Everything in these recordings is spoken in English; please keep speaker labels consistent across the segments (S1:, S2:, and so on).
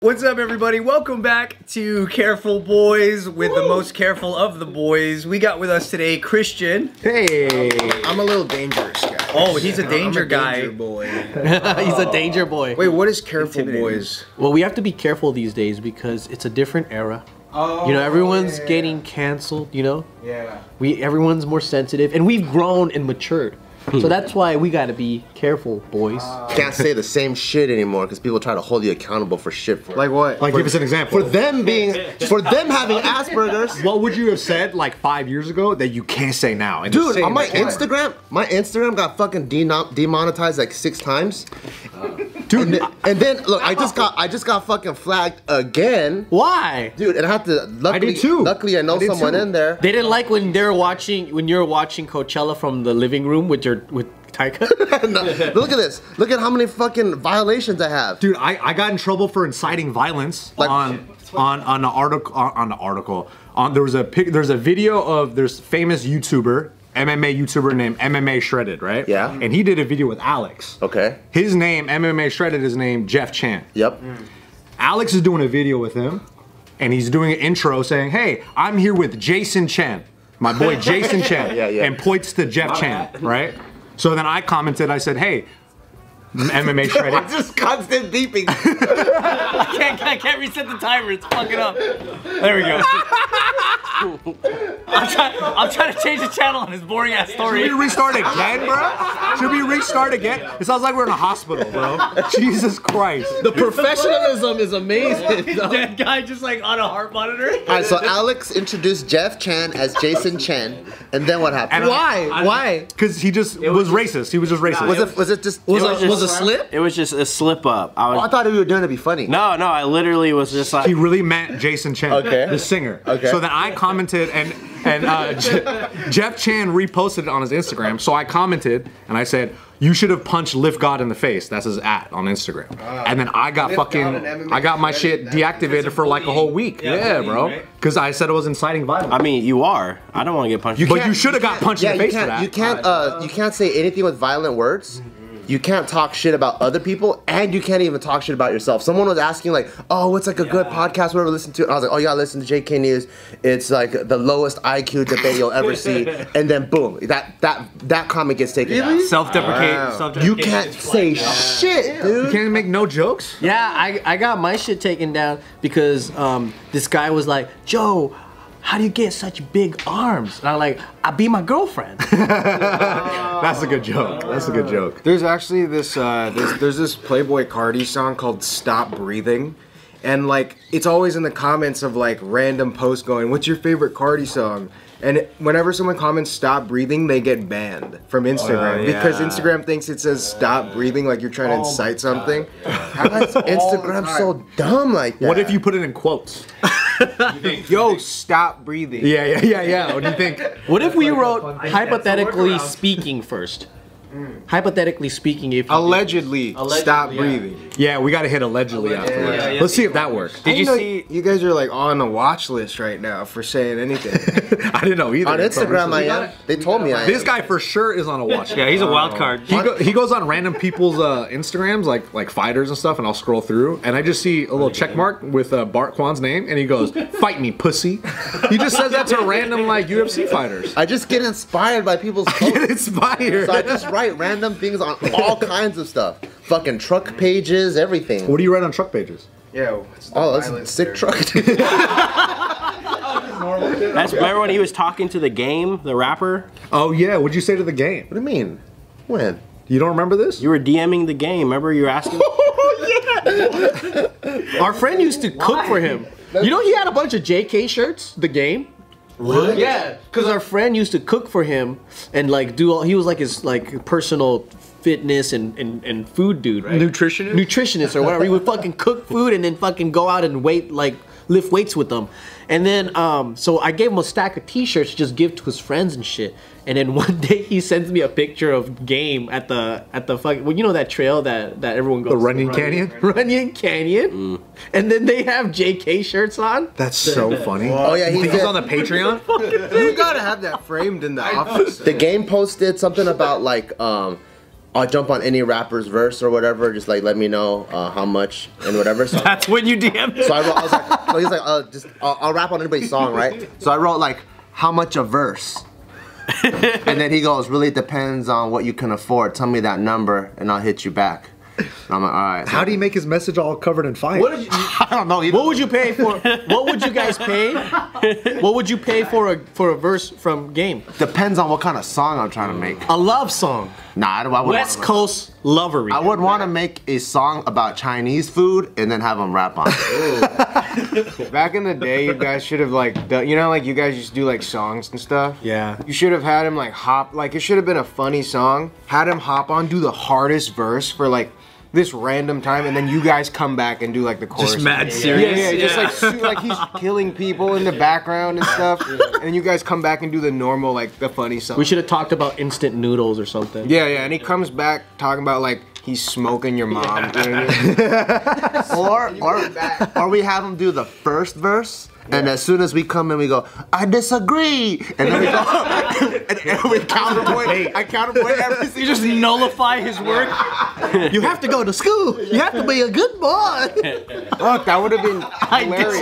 S1: What's up, everybody? Welcome back to Careful Boys with the most careful of the boys. We got with us today Christian.
S2: Hey.
S3: I'm a little dangerous guy.
S1: Oh, he's a danger
S3: I'm a
S1: guy.
S3: Danger boy.
S2: He's
S4: Oh.
S2: a danger boy.
S3: Wait, what is careful
S1: Intimidating.
S3: boys?
S2: Well, we have to be careful these days because it's a different era. Oh, you know, everyone's getting canceled, you know?
S5: Yeah.
S2: We everyone's more sensitive and we've grown and matured. so that's why we got to be careful, boys.
S4: can't say the same shit anymore because people try to hold you accountable for shit. For
S3: Like what?
S5: Like,
S4: for,
S5: give us an example.
S4: For them being, for them having Asperger's.
S5: what would you have said like five years ago that you can't say now? And
S4: Dude,
S5: say
S4: on my
S5: it now?
S4: Instagram, my Instagram got fucking deno- demonetized like six times. Dude, and then, and then, look, I just got, I just got fucking flagged again,
S2: Why?
S4: dude. And I have to. Luckily,
S5: too.
S4: Luckily, I know
S5: I did
S4: someone
S5: too.
S4: in there.
S2: They didn't like when they're watching when you're watching Coachella from the living room with your with Taika.
S4: No, look at this. Look at how many fucking violations I have.
S5: Dude, I, I got in trouble for inciting violence
S4: Like-
S5: on on on an article on an article. On there was a pic, there's a video of there's famous YouTuber MMA YouTuber named MMA Shredded, right?
S4: Yeah.
S5: And he did a video with Alex.
S4: Okay.
S5: His name MMA Shredded is named Jeff Chan.
S4: Yep.
S5: Alex is doing a video with him, and he's doing an intro saying, "Hey, I'm here with Jason Chen, my boy Jason Chen,"
S4: Yeah, yeah.
S5: and points to Jeff Chan, right? So then I commented, I said, "Hey, MMA shredded."
S4: Just constant beeping.
S2: I, can't, I can't reset the timer. It's fucking up.
S1: There we go.
S2: I'm trying, I'm trying to change the channel on his boring ass
S5: Should we
S2: story.
S5: restart again, bro? Should we restart again? It sounds like we're in a hospital, bro. Jesus Christ.
S4: the professionalism is amazing. though.
S1: Dead guy just like on a heart monitor.
S4: All right, so Alex introduced Jeff Chan as Jason Chen, and then what happened?
S5: And
S4: Why?
S5: I-
S4: Why?
S5: Because he just was, racist. He was just racist.
S4: Was it was it just was,
S6: was
S4: it, was
S6: just-
S4: a slip?
S6: It was just a slip up. I
S4: Oh, I
S6: was
S4: thought we were doing it to be funny.
S6: no, no. I literally was just like
S5: he really meant Jason Chen,
S4: Okay.
S5: the singer.
S4: Okay.
S5: So then I commented, and and uh, Je- Jeff Chan reposted it on his Instagram. So I commented, and I said, "You should have punched Lift God in the face." That's his at on Instagram. and then I got
S3: Lift God and
S5: fucking,
S3: MMA
S5: I got my shit
S3: shredded, that's-
S5: deactivated for like a whole week. Yeah, bro, because I said it was inciting violence.
S6: I mean, you are. I don't want to get punched.
S5: but
S4: can't-
S5: you should have got punched
S4: Yeah,
S5: in the
S4: you
S5: face for
S4: can't
S5: that.
S4: you can't uh you can't say anything with violent words. You can't talk shit about other people, and you can't even talk shit about yourself. Someone was asking like, "Oh, what's like a good podcast? Whatever, listen to." And I was like, "Oh, you gotta listen to JK News. It's like the lowest IQ debate you'll ever see." And then boom, that that that comment gets taken down.
S5: Self-deprecate.
S4: uh, You can't say shit,
S5: You
S4: dude.
S5: can't make no jokes.
S2: Yeah, I, I got my shit taken down because um, this guy was like, Joe, how do you get such big arms? And I'm like, I be my girlfriend.
S5: That's a good joke. That's a good joke.
S3: There's actually this uh, there's, there's this Playboy Cardi song called "Stop Breathing," and like it's always in the comments of like random posts going, "What's your favorite Cardi song?" And it- whenever someone comments "Stop Breathing," they get banned from Instagram because Instagram thinks it says "Stop Breathing" like you're trying to incite something.
S4: How is Instagram so dumb like that?
S5: What if you put it in quotes?
S3: Yo, stop breathing.
S5: Yeah, yeah, yeah, yeah. What do you think?
S2: what if we wrote hypothetically speaking first? Hypothetically speaking, if you did-
S3: Allegedly,
S2: Allegedly,
S3: stop
S2: yeah.
S3: breathing.
S5: Yeah, we gotta hit allegedly afterwards.
S2: yeah, yeah.
S5: Let's see if that works.
S3: Did you see? You guys are like on a watch list right now for saying anything.
S5: I didn't know either.
S4: on Instagram I am? They told me I am.
S5: This guy for sure is on a watch. Yeah,
S6: he's a wild card.
S5: he, go, he goes on random people's uh, Instagrams, like like fighters and stuff, and I'll scroll through, and I just see a little check mark with uh, Bart Kwan's name, and he goes, "Fight me, pussy." He just says that to random like UFC fighters.
S4: I just get inspired by people's posts.
S5: Inspired.
S4: so I just write random things on all kinds of stuff. Fucking truck pages, everything.
S5: What do you write on truck pages?
S3: Yeah, it's the
S4: Oh, that's a
S3: violence
S4: sick
S3: there.
S4: truck. dude.
S6: That's remember when he was talking to the game, the rapper.
S5: Oh yeah, what'd you say to the game?
S4: What do you mean? When?
S5: You don't remember this?
S6: You were DMing the game. Remember you were asking.
S2: our friend used to cook for him. You know, he had a bunch of JK shirts, the game. What? Yeah, because our friend used to cook for him and like do all. He was like his like personal fitness and and, and food dude, right?
S5: Nutritionist?
S2: nutritionist or whatever. he would fucking cook food and then fucking go out and wait like lift weights with them. And then um, so I gave him a stack of T-shirts to just give to his friends and shit. And then one day he sends me a picture of game at the at the fucking well, you know that trail that that everyone goes
S5: The
S2: to?
S5: Runyon Canyon?
S2: Runyon Canyon, and then they have JK shirts on.
S5: That's so funny.
S4: Oh yeah, he
S5: Think he's
S4: did.
S5: on the Patreon?
S3: You gotta have that framed in the office.
S4: the game posted something about like um I'll jump on any rapper's verse or whatever. Just like let me know uh, how much and whatever. So,
S6: That's when you DM.
S4: so I, wrote, I was like, so he's like, uh, just I'll, I'll rap on anybody's song, right? So I wrote like how much a verse. and then he goes, really depends on what you can afford. Tell me that number and I'll hit you back. And I'm like, all right.
S5: How do you make his message all covered in fire?
S2: What, did you,
S4: I don't know. He
S2: what would you pay for? What would you guys pay? What would you pay for a for a verse from Game?
S4: depends on what kind of song I'm trying to make.
S2: A love song,
S4: Nah, I, don't- I wouldn't
S2: West
S4: wanna-
S2: Coast lovery.
S4: I would want to make a song about Chinese food and then have them rap on it.
S3: Back in the day, you guys should have like, done, you know, like you guys used to do like songs and stuff.
S5: Yeah.
S3: You should have had him like hop, like it should have been a funny song. Had him hop on, do the hardest verse for like this random time, and then you guys come back and do like the chorus.
S1: Just mad
S3: Yeah,
S1: serious.
S3: yeah, just like su- like he's killing people in the background and stuff, and you guys come back and do the normal like the funny song.
S2: We should have talked about instant noodles or something.
S3: Yeah, yeah, and he comes back talking about like he's smoking your mom. you know what I mean?
S4: Or, or, or we have them do the first verse. And as soon as we come in, we go, I disagree. And then we go, and, and we counterpoint. I counterpoint everything.
S2: You just nullify his work. you have to go to school. You have to be a good boy.
S3: Fuck, that would have been hilarious.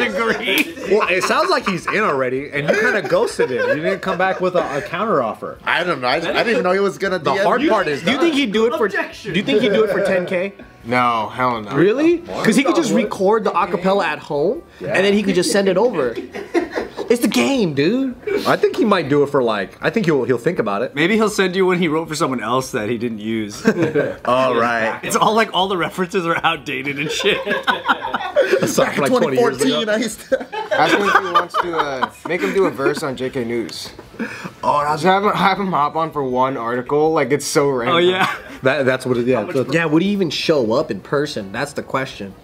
S1: disagree.
S5: Well, it sounds like he's in already, and you kind of ghosted him. You didn't come back with a, a counter offer.
S4: I don't know. I, I didn't even know he was gonna.
S5: The hard part is
S2: Do you think he'd do it for?
S1: Objection.
S2: Do you think he'd do it for 10k?
S3: No, hell no.
S2: Really? Because he could just record the acapella at home, and then he could just send it over. It's the game, dude.
S5: I think he might do it for like. I think he'll he'll think about it.
S1: Maybe he'll send you one he wrote for someone else that he didn't use.
S4: All right.
S1: It's all like all the references are outdated and shit.
S5: Back like 20 years ago.
S4: 2014. I used to.
S3: Ask him if he wants to uh, make him do a verse on JK News. Oh, I was have him, have him hop on for one article. Like it's so random.
S1: Oh yeah.
S5: That, that's what it. Yeah. that's-
S2: Yeah, would he even show up in person? That's the question.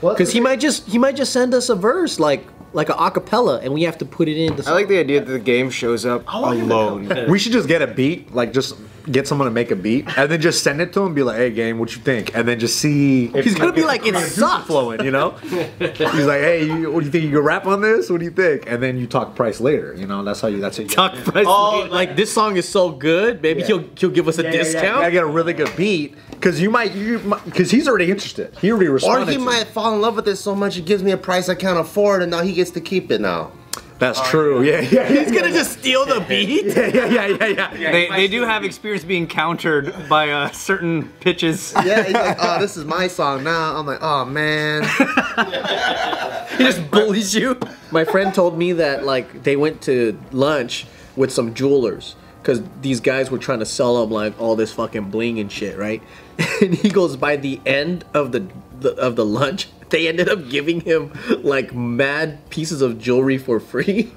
S2: Because he might just he might just send us a verse like like a acapella, and we have to put it in.
S3: I like the idea that the game shows up alone.
S5: We should just get a beat, like just get someone to make a beat, and then just send it to him. and Be like, "Hey, game, what you think?" And then just see.
S2: He's gonna be like, it sucks.
S5: flowing, you know. He's like, "Hey, you, what do you think? You can rap on this? What do you think?" And then you talk price later. You know, that's how you. That's how you.
S1: Talk price
S2: Oh, like this song is so good, maybe he'll he'll give us a discount.
S5: I get a really good beat because you might you because he's already interested. He already
S4: Or
S5: responded.
S4: he
S5: to
S4: might
S5: it.
S4: fall in love with it so much it gives me a price I can't afford, and now he gets to keep it now.
S5: That's true. Oh, Yeah, yeah,
S2: He's gonna just steal the beat.
S5: yeah, yeah, yeah, yeah, yeah.
S1: They, they do have experience being countered by uh, certain pitches.
S4: Yeah, he's like, oh, this is my song now. I'm like, oh man.
S1: He just bullies you.
S2: My friend told me that like they went to lunch with some jewelers because these guys were trying to sell him like all this fucking bling and shit, right? And he goes by the end of the, the of the lunch, they ended up giving him like mad pieces of jewelry for free.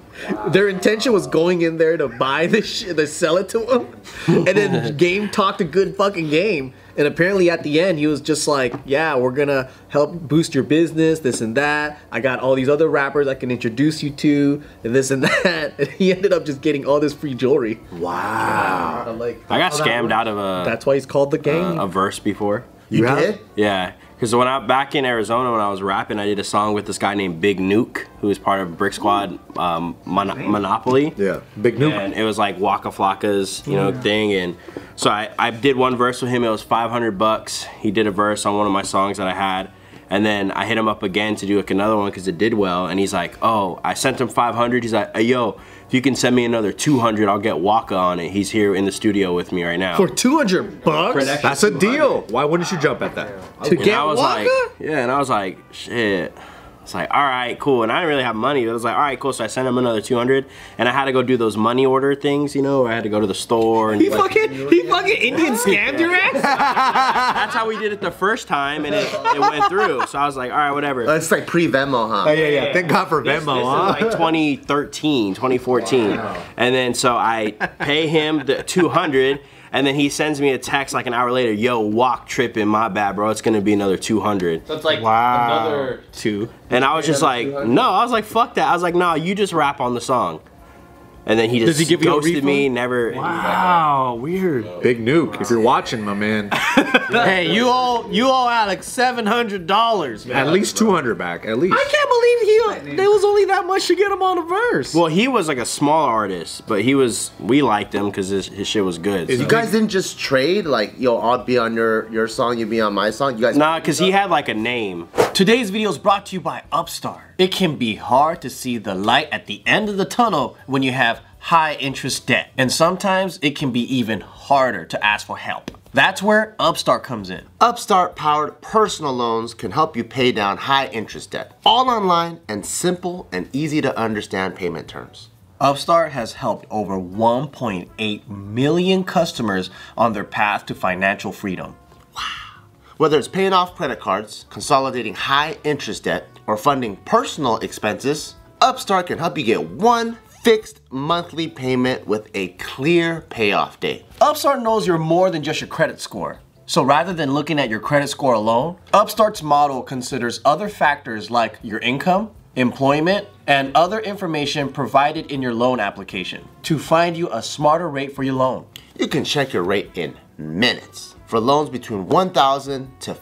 S2: Their intention was going in there to buy this shit, to sell it to him, and then game talked a good fucking game. And apparently at the end, he was just like, "Yeah, we're gonna help boost your business, this and that. I got all these other rappers I can introduce you to, and this and that." And he ended up just getting all this free jewelry.
S6: Wow.
S2: I'm like,
S6: I got scammed out of a,
S2: that's why he's called the game.
S6: a verse before.
S4: You did?
S6: Yeah, because when I back in Arizona when I was rapping, I did a song with this guy named Big Nuke, who was part of Brick Squad um, Mon- Monopoly.
S5: Yeah, big nuke.
S6: And it was like Waka Flocka's, you know, thing. And so I, I did one verse with him. It was 500 bucks. He did a verse on one of my songs that I had. And then I hit him up again to do like another one because it did well. And he's like, oh, I sent him 500. He's like, hey, yo, if you can send me another 200, I'll get Waka on it. He's here in the studio with me right now.
S2: For 200 bucks?
S5: That's a deal. Why wouldn't you jump at that?
S2: to
S6: And
S2: get
S6: I was
S2: Waka?
S6: like, yeah, and I was like, shit. It's like, all right, cool. And I didn't really have money. But I was like, all right, cool. So I sent him another 200, and I had to go do those money order things, you know, where I had to go to the store. And
S2: he
S6: like-
S2: fucking he fucking Indian scammed your ass.
S6: That's how we did it the first time, and it, it went through. So I was like, all right, whatever.
S4: It's like pre Venmo, huh?
S5: yeah, yeah. Thank God for
S6: This- this is like 2013, 2014. And then so I pay him the 200, and then he sends me a text like an hour later, yo, walk tripping, my bad, bro. It's gonna be another 200.
S7: So it's like
S3: Wow.
S7: another.
S2: Two.
S6: And I was just like, no, I was like, fuck that. I was like, no, you just rap on the song. And then he just
S2: Does he give you a
S6: ghosted me,
S2: refund?
S6: never.
S1: Wow, weird.
S5: Big nuke. If you're watching, my man,
S2: hey, you owe you owe Alex seven hundred dollars.
S5: At least 200 back, at least.
S2: I can't believe he. There was only that much to get him on a verse.
S6: Well, he was like a small artist, but he was. We liked him because his, his shit was good.
S4: You
S6: So.
S4: guys didn't just trade like yo, I'll be on your your song, you be on my song. You guys
S6: Nah, because he had like a name.
S2: Today's video is brought to you by Upstart. It can be hard to see the light at the end of the tunnel when you have high interest debt, and sometimes it can be even harder to ask for help. That's where Upstart comes in.
S4: Upstart powered personal loans can help you pay down high interest debt. All online and simple and easy to understand payment terms.
S2: Upstart has helped over 1.8 million customers on their path to financial freedom.
S4: Whether it's paying off credit cards, consolidating high interest debt, or funding personal expenses, Upstart can help you get one fixed monthly payment with a clear payoff date.
S2: Upstart knows you're more than just your credit score. So rather than looking at your credit score alone, Upstart's model considers other factors like your income, employment, and other information provided in your loan application to find you a smarter rate for your loan.
S4: You can check your rate in minutes for loans between $1,000 to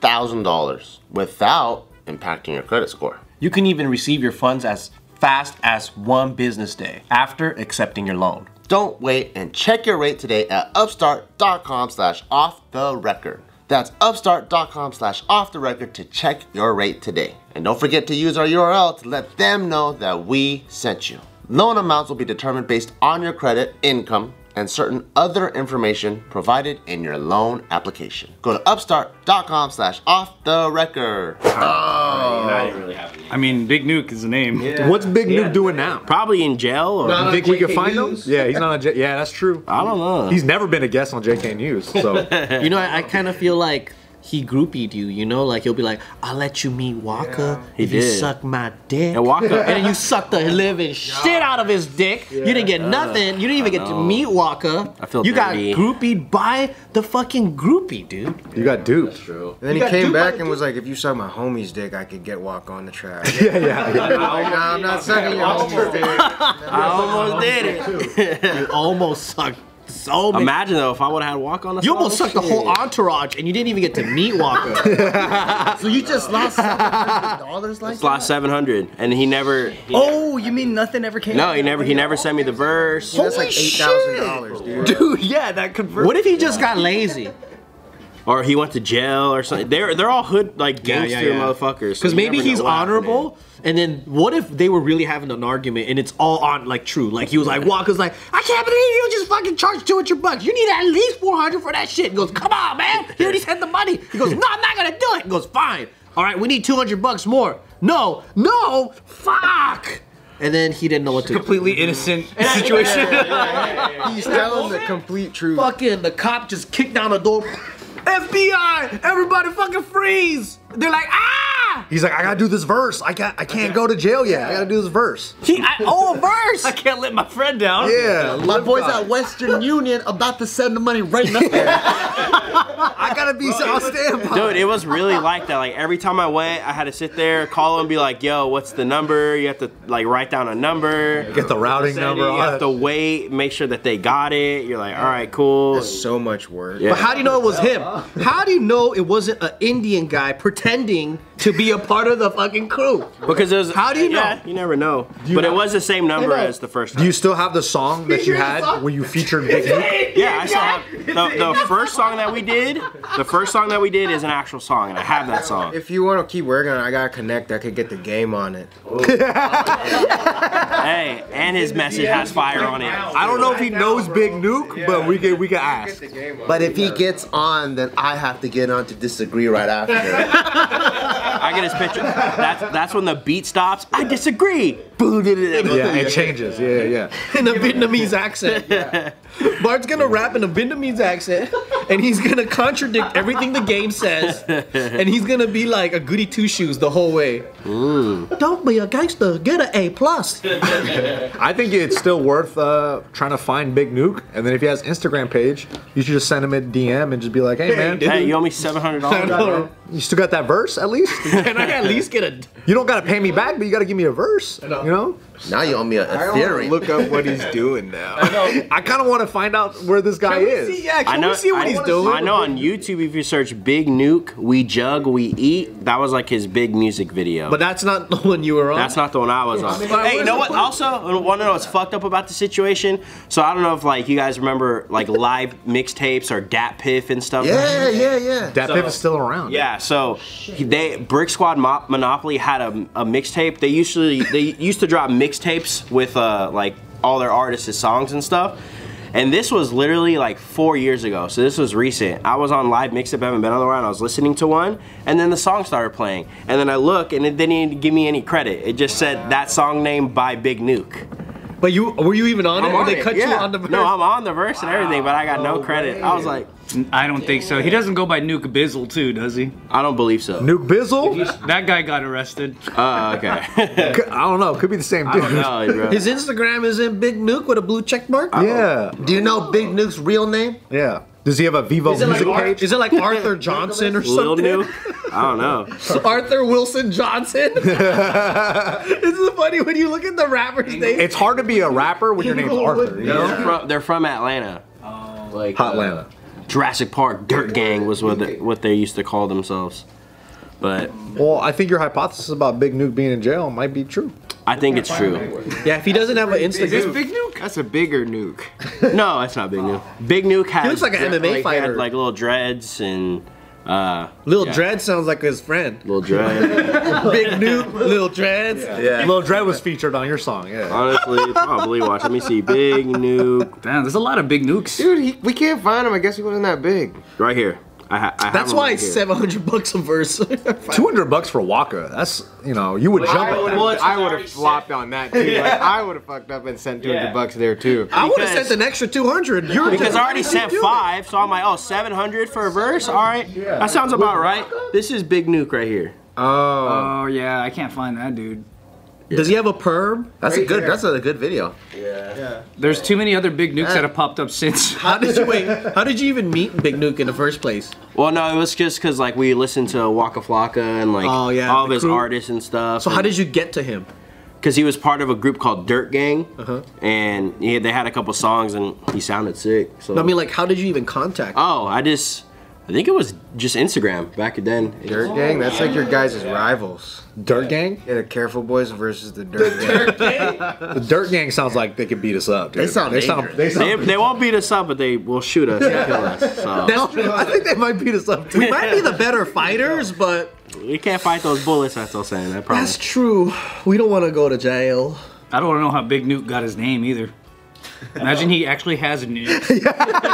S4: $50,000 without impacting your credit score.
S2: You can even receive your funds as fast as one business day after accepting your loan.
S4: Don't wait and check your rate today at upstart.com slash off the record. That's upstart.com slash off the record to check your rate today. And don't forget to use our URL to let them know that we sent you. Loan amounts will be determined based on your credit, income, and certain other information provided in your loan application. Go to upstart.com slash off the record.
S7: I mean, Big Nuke is the name.
S5: What's Big Nuke doing now?
S6: Probably in jail or
S5: You think we could find him? Yeah, he's not on. J- yeah, that's true.
S6: I don't know.
S5: He's never been a guest on JK News, so
S2: You know, I, I kind of feel like he groupied you, you know? Like he'll be like, I'll let you meet Walker
S6: He
S2: if you
S6: did.
S2: suck my dick.
S6: And Walker-
S2: and then you suck the living shit out of his dick. You didn't get nothing. You didn't even get to meet Walker.
S6: I feel
S2: You
S6: dirty.
S2: got groupied by the fucking groupie, dude.
S5: you got duped.
S3: And then
S5: You
S3: he
S5: got
S3: came
S5: duped by
S3: back
S5: the
S3: and was like, "If you suck my homie's dick, I could get walk on the track."
S5: Yeah, yeah, yeah.
S3: like, nah, I'm not sucking your homie's dick.
S6: I almost did it.
S2: You almost sucked so many.
S6: Imagine though if I would have had walk on. the
S2: you almost
S6: song.
S2: sucked the whole entourage and you didn't even get to meet Walker.
S4: So you just lost $700 like
S6: Lost seven hundred, and he never.
S1: Oh, you mean nothing ever came?
S6: No, he never. He never sent me the verse.
S3: That's like eight thousand dollars, dude.
S1: Dude, yeah, that converted.
S2: what if he just got lazy?
S6: or he went to jail or something. They're they're all hood like
S2: Yeah,
S6: gangster
S2: yeah, yeah.
S6: motherfuckers. so
S2: Because
S6: you
S2: maybe
S6: never know
S2: he's
S6: what happened.
S2: honorable, and then what if they were really having an argument and it's all on like true? Like he was like Walker's like, I can't believe you just fucking charged two hundred bucks. You need at least four hundred for that shit. He goes, come on, man. He already sent the money. He goes, no, I'm not gonna do it. He goes, fine. All right, we need two hundred bucks more. No, no, fuck. And then he didn't know what to do.
S7: Completely innocent situation.
S3: He's telling the complete truth.
S2: Fucking the cop just kicked down the door. FBI, everybody fucking freeze. They're like, ah.
S5: He's like, I gotta do this verse. I got, I can't go to jail yet. I gotta do this verse.
S2: He, I owe a verse.
S7: I can't let my friend down.
S5: Yeah,
S4: My boys at Western Union about to send the money right now.
S5: I gotta be on standby.
S6: Dude, it was really like that. Like every time I went, I had to sit there, call him, be like, "Yo, what's the number?" You have to like write down a number.
S5: Get the routing number.
S6: You
S5: on
S6: have
S5: it.
S6: to wait, make sure that they got it. You're like, "All right, cool."
S3: So much work.
S6: Yeah.
S2: But how do you know it was him? How do you know it wasn't an Indian guy pretending to be a part of the fucking crew?
S6: Because there's
S2: How do you know?
S6: Yeah, you never know. But it was the same number as the first
S5: Do
S6: time.
S5: you still have the song that you had when you featured Big Nuke?
S6: yeah, I still have the, the first song that we did. The first song that we did is an actual song, and I have that song.
S3: If you want to keep working on it, I gotta connect. I could get the game on it.
S6: Hey, and his message has fire on it.
S5: I don't know if he knows Big Nuke, but we can we can ask.
S4: But if he gets on, then I have to get on to disagree right after.
S6: I get his picture. That's that's when the beat stops. I disagree. Boo, did it.
S5: Yeah, it changes. Yeah, yeah.
S2: In a Vietnamese accent. Bart's gonna rap in a Vietnamese accent, and he's gonna contradict everything the game says, and he's gonna be like a goody two shoes the whole way.
S4: Mm.
S2: Don't be a gangster, get an A plus.
S5: I think it's still worth uh, trying to find Big Nuke, and then if he has Instagram page, you should just send him a DM and just be like, "Hey man,
S6: Hey, you owe me seven hundred dollars.
S5: you still got that verse at least?
S2: Can I at least get a
S5: you don't gotta pay me back, but you gotta give me a verse. You know?
S4: Now you owe me a, a theory.
S3: Look up what he's doing now.
S5: I kind of want to find out where this guy is.
S1: yeah,
S6: I know, I,
S5: he's doing?
S6: I know on YouTube if you search Big Nuke, We Jug, We Eat, that was like his big music video.
S2: But that's not the one you were on.
S6: That's not the one I was on. hey, you know what? Also, I want to know what's fucked up about the situation. So I don't know if like you guys remember like live mixtapes or Dat Piff and stuff.
S4: yeah, yeah, yeah.
S5: that pip is still around.
S6: Yeah, so he- they Brick Squad Mo- Monopoly had a, a mixtape. They usually they used to drop mixtapes with uh, like all their artists' songs and stuff. And this was literally like four years ago, so this was recent. I was on live mixtape, I haven't been on the round. I was listening to one, and then the song started playing. And then I look, and it didn't even give me any credit. It just said that song name by Big Nuke.
S2: But you were you even on it? Or
S6: on
S2: they
S6: it,
S2: cut you
S6: yeah.
S2: on the verse?
S6: No, I'm on the verse and everything, but I got no credit. I was like,
S7: I don't think so. He doesn't go by Nuke Bizzle too, does he?
S6: I don't believe so.
S5: Nuke Bizzle?
S7: That guy got arrested.
S6: Uh, okay.
S5: I don't know. Could be the same dude.
S6: no, bro.
S2: His Instagram is in Big Nuke with a blue check mark.
S5: Yeah,
S4: Do you know Big Nuke's real name?
S5: yeah. Does he have a Vivo
S2: Is it, like
S5: music
S2: Ar-
S5: page?
S2: is it like Arthur Johnson or
S6: Lil
S2: something?
S6: Nuke? I don't know.
S2: Arthur Wilson Johnson. this is funny when you look at the rapper's name.
S5: It's hard to be a rapper when your name's Arthur. you know?
S6: They're from, they're from Atlanta. Like
S5: Hotlanta.
S6: uh, Jurassic Park Dirt Gang was what they, what they used to call themselves. But
S5: Well, I think your hypothesis about Big Nuke being in jail might be true.
S6: I think it's true.
S2: Yeah, if he doesn't have an
S3: Is this
S2: Instagram,
S3: big nuke? That's a bigger nuke.
S6: No, it's not Big Nuke. Big Nuke has
S2: looks like an MMA
S6: like, he had,
S2: fighter.
S6: like little dreads and uh,
S2: Lil
S6: yeah,
S2: Dread sounds like his friend.
S6: Little dread.
S2: Big Nuke, Lil Dreads.
S5: Lil Dread was featured on your song. Yeah.
S6: Honestly, probably watch. Let me see. Big Nuke
S7: Damn, there's a lot of big nukes.
S3: Dude, he, we can't find him. I guess he wasn't that big.
S6: right here. I, ha- I have
S2: That's
S6: him
S2: why
S6: right
S2: it's
S6: here.
S2: 700 bucks a verse.
S5: Two hundred bucks for Waka. That's you know you would jump at that.
S6: Well, it's-
S3: I would have flopped on that too. Like, I would have fucked up and sent 200
S6: Yeah.
S3: bucks there too.
S2: I would have
S6: Because-
S2: sent an extra 200. You're
S6: Because I already
S2: said
S6: sent five, so I'm like, oh, 700 for a verse? All right. That sounds about right. This is Big Nuke right here.
S3: Oh,
S7: Oh yeah, I can't find that dude.
S2: Does he have a perm?
S4: That's a good. That's a good video.
S7: There's too many other big nukes that have popped up since.
S2: How did you wait? How did you even meet Big Nuke in the first place?
S6: Well, no, it was just because like we listened to Waka Flocka and like
S2: Oh, yeah,
S6: all of
S2: the
S6: his
S2: crew.
S6: artists and stuff.
S2: So how did you get to him?
S6: Because he was part of a group called Dirt Gang,
S2: Uh-huh.
S6: and he, they had a couple songs, and he sounded sick. So
S2: I mean, like, how did you even contact? him?
S6: oh, I just, I think it was just Instagram back then.
S3: dirt gang. That's like your guys' rivals.
S5: Dirt Gang.
S3: Yeah, the Careful Boys versus the Dirt Gang.
S5: The Dirt Gang sounds like they could beat us up. Dude.
S4: They sound dangerous.
S5: they sound
S6: They, they won't beat us up, but they will shoot us and kill us. So
S2: That's true.
S5: I think they might beat us up too.
S2: We might be the better fighters, but
S6: we can't fight those bullets. That's all I'm saying. I
S2: that's
S6: promise.
S2: true. We don't want to go to jail.
S7: I don't know how Big Nuke got his name either. Imagine he actually has a nuke.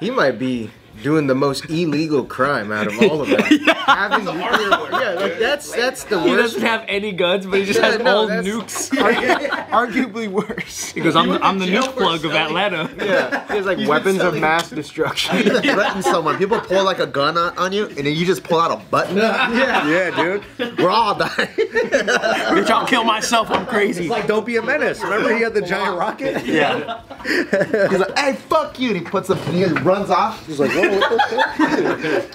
S3: he might be doing the most illegal crime out of all of them. Having nuclear war- Yeah, like that's that's the
S7: He
S3: worst.
S7: doesn't have any guns, but he just has
S3: Yeah, no,
S7: all
S3: that's-
S7: nukes.
S3: Arguably worse.
S7: He goes, I'm, the- I'm the nuke plug of Atlanta.
S3: Yeah, it's like weapons of mass destruction.
S4: Threaten someone. People pull like a gun on, on you, and then you just pull out a button.
S5: yeah, dude.
S4: We're all dying.
S6: Bitch, I'll kill myself. I'm crazy.
S5: Like, don't be a menace. Remember, he had the giant rocket.
S6: Yeah.
S4: He's like, "Hey, fuck you!" And he puts up. He runs off. He's like, "Whoa, what the fuck?"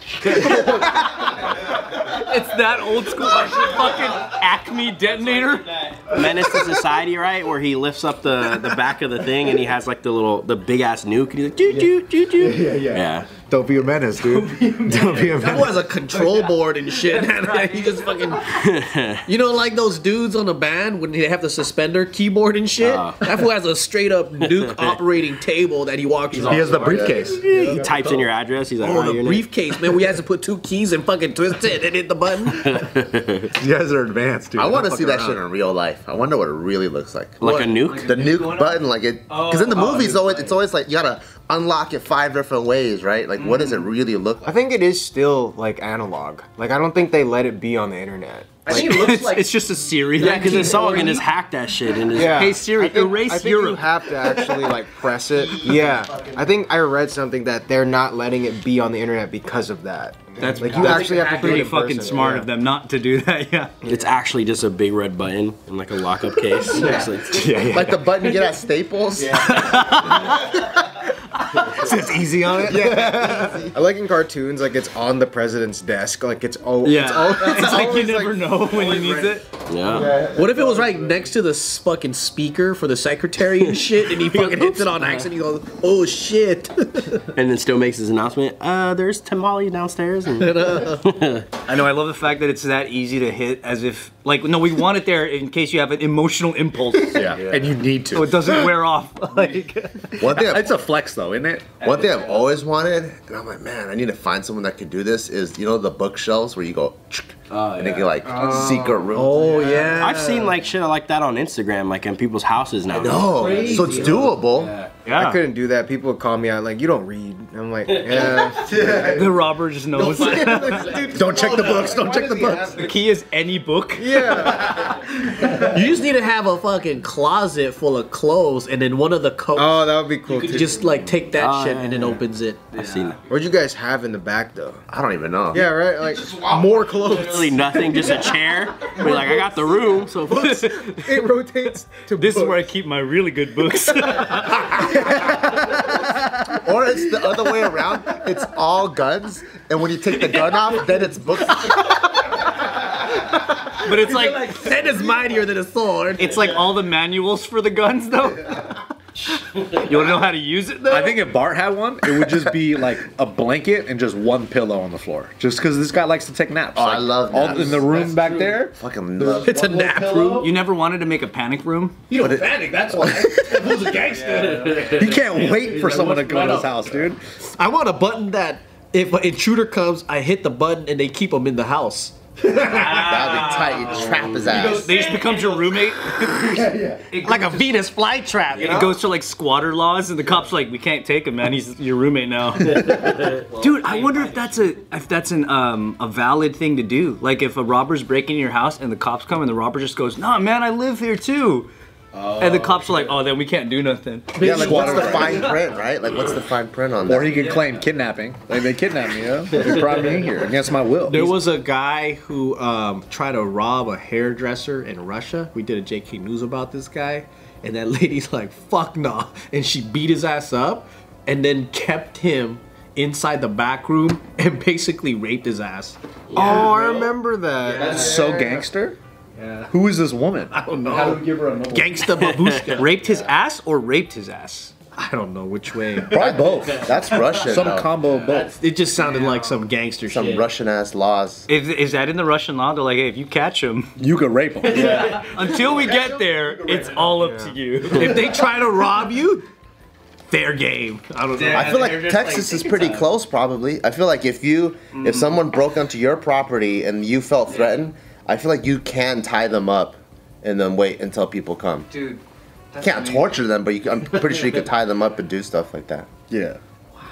S7: It's that old school like, fucking Acme detonator.
S6: Menace to Society, right? Where he lifts up the, the back of the thing and he has like the little the big ass nuke and he's like doo doo doo doo. Yeah,
S5: yeah.
S6: Yeah.
S5: Don't be a menace, dude. Don't be a
S2: That
S5: menace.
S2: boy has a control board and shit. he just fucking. You know, like those dudes on the band when they have the suspender keyboard and shit.
S5: Uh.
S2: that boy has a straight up nuke operating table that he walks
S5: He
S2: on.
S5: has the briefcase.
S6: He types in your address. He's like,
S2: Oh,
S6: oh,
S2: the
S6: your name.
S2: briefcase, man. We had to put two keys and fucking twist it and hit the button.
S5: You guys are advanced, dude.
S4: I want to
S5: Don't
S4: see
S5: fuck
S4: that
S5: around.
S4: shit in real life. I wonder what it really looks like.
S6: like a nuke.
S4: The nuke button, like it,
S3: Oh,
S4: because in the movies, always it's always like you gotta unlock it five different ways, right? Like, what does it really look
S3: Mm-hmm. I
S4: like?
S3: think it is still like analog. Like I don't think they let it be on the internet. Like,
S7: It's, it's just a series.
S6: yeah, because then someone can just hack that shit and just.
S3: yeah.
S7: Hey, Siri,
S3: I think-
S7: erase
S3: I think You
S7: Europe.
S3: have to actually like press it. Yeah. I think I read something that they're not letting it be on the internet because of that.
S7: That's
S3: Like you actually have to do it
S7: really
S3: in
S7: fucking
S3: person,
S7: smart
S3: yeah.
S7: of them not to do that. Yeah.
S6: It's actually just a big red button in like a lockup case. It's like-
S5: Yeah, yeah.
S4: Like the button you get at Staples.
S5: It's easy on it. Yeah.
S3: I like in cartoons, like it's on the president's desk. Like it's all.
S7: Yeah.
S3: It's, all, it's,
S7: It's like you
S3: always,
S7: never know when he
S3: always
S7: needs
S3: red.
S7: it.
S6: Yeah.
S2: What if it was right next to the s- fucking speaker for the secretary and shit, and he fucking hits it on accident? He goes, "Oh shit!"
S6: And then still makes his announcement. Uh, there's tamale downstairs. And
S7: I know. I love the fact that it's that easy to hit, as if like no, we want it there in case you have an emotional impulse,
S5: Yeah. and you need
S7: so
S5: to.
S7: it doesn't wear off. Like,
S4: One thing, I've,
S5: It's a flex though, isn't it?
S4: one thing I've always wanted, and I'm like, man, I need to find someone that could do this. Is you know the bookshelves where you go,
S3: Oh,
S4: and they get like secret rooms.
S2: Oh yeah.
S6: I've seen like shit like that on Instagram, like in people's houses now.
S4: no, so it's doable.
S7: yeah,
S3: I couldn't do that. People would call me out like, "You don't read." I'm like, "Yeah."
S7: the robber just knows.
S5: Don't check the books. Don't check the books.
S7: the key is any book.
S2: You just need to have a fucking closet full of clothes, and then one of the coats.
S3: oh, that would be cool
S2: you
S3: too.
S2: just like take that
S6: Oh,
S2: shit
S6: yeah,
S2: and then
S6: yeah.
S2: opens it.
S6: I've seen
S3: What'd you guys have in the back though?
S4: I don't even know.
S3: Yeah, right. Like more clothes.
S6: literally nothing, just a chair. We're like, I got the room, so books.
S3: It rotates to
S7: This is
S3: books.
S7: where I keep my really good books.
S4: Or it's the other way around. It's all guns, and when you take the gun off, then it's books.
S7: But it's like
S2: That is mightier than a sword.
S7: it's like all the manuals for the guns though. you wanna know how to use it though?
S5: I think if Bart had one, it would just be like a blanket and just one pillow on the floor. Just because this guy likes to take naps.
S4: Oh, I
S5: Like,
S4: love
S5: all
S4: naps.
S5: in the room back there.
S4: Fucking love.
S2: It's a nap room.
S7: you never wanted to make a panic room.
S5: You don't panic. That's why. Who's a gangster? You can't wait for someone to go to his house, dude.
S2: I want a button that if an intruder comes, I hit the button and they keep them in the house.
S4: That'd be tight. You trap his ass.
S7: They just becomes your roommate.
S2: Like a Venus flytrap, you know?
S7: It goes to like squatter laws, and the cops like, we can't take him, man. He's your roommate now. Dude, I wonder if that's a if that's an um a valid thing to do. Like if a robber's breaking into your house and the cops come and the robber just goes, Nah, man, I live here too. and the cops are like, Oh, then we can't do nothing.
S4: Yeah, like what's the fine print, right? Like what's the fine print on
S5: Or
S4: that?
S5: he could claim kidnapping. Like they kidnapped me, yeah? They brought me in here against my will.
S2: There was a guy who um, tried to rob a hairdresser in Russia. We did a JK News about this guy, and that lady's like, "Fuck nah," and she beat his ass up, and then kept him inside the back room and basically raped his ass.
S5: oh, I remember that. So gangster. Who is this woman?
S2: I don't know. How do we give her a gangsta babushka?
S7: Raped his ass or raped his ass?
S2: I don't know which way.
S4: Probably both. That's Russian.
S5: Some
S4: though.
S5: combo of both.
S2: It just sounded like some gangster
S4: Some
S2: shit.
S4: Russian ass laws.
S7: Is, is that in the Russian law? They're like, hey, if you catch him,
S5: You could rape him.
S7: until we get there, it's all up to you.
S2: if they try to rob you, fair game. I don't know.
S4: I feel like Texas is pretty close, probably. I feel like if you, if someone broke onto your property and you felt threatened, I feel like you can tie them up and then wait until people come.
S7: Dude,
S4: You can't torture them, but you, I'm pretty sure you could tie them up and do stuff like that.
S5: Yeah.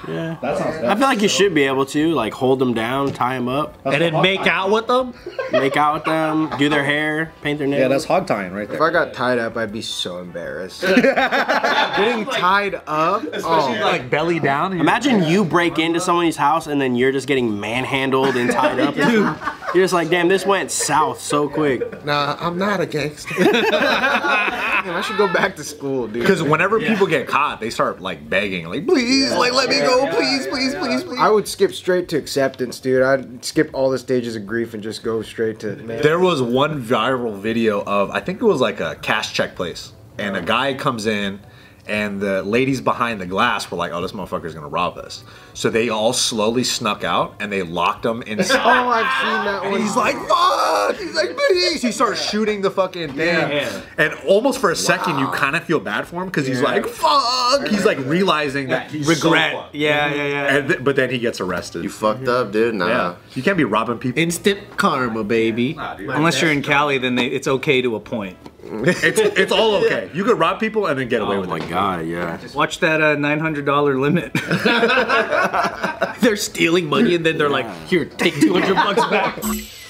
S6: Yeah. I feel like you should be able to like hold them down, tie them up,
S2: and then make out with them.
S6: make out with them, do their hair, paint their nails.
S5: Yeah, that's hog tying right
S3: If
S5: there.
S3: I got tied up, I'd be so embarrassed. Getting tied up. Oh,
S2: Like belly down. and you're-
S6: Imagine you break into somebody's house and then you're just getting manhandled and tied up. You're just like, damn, this went south so quick.
S4: Nah, I'm not a gangster.
S3: damn, I should go back to school, dude.
S5: Because whenever people get caught, they start like begging, like, please, like, let me go, please, please, please, please.
S3: I would skip straight to acceptance, dude. I'd skip all the stages of grief and just go straight to. Man.
S5: There was one viral video of I think it was like a cash check place, and a guy comes in, and the ladies behind the glass were like, "Oh, this motherfucker's gonna rob us." So they all slowly snuck out and they locked him
S3: Oh,
S5: inside.
S3: I've seen that
S5: And
S3: one.
S5: he's like, fuck! He's like, please! He starts shooting the fucking thing. And almost for a second, you kind of feel bad for him because he's like, fuck! He's like realizing that he's so
S7: regret.
S5: fucked.
S7: yeah, yeah, yeah.
S5: And th- but then he gets arrested.
S4: you fucked up, dude. Nah.
S5: yeah. You can't be robbing people.
S2: Instant karma, baby.
S7: Unless you're in Cali, then they, it's okay to a point.
S5: It's, it's all okay. You could rob people and then get away
S6: Oh
S5: with
S6: my
S5: it.
S6: god, yeah.
S7: Watch that uh, $900 limit.
S2: They're stealing money and then they're like, here, take 200 bucks back.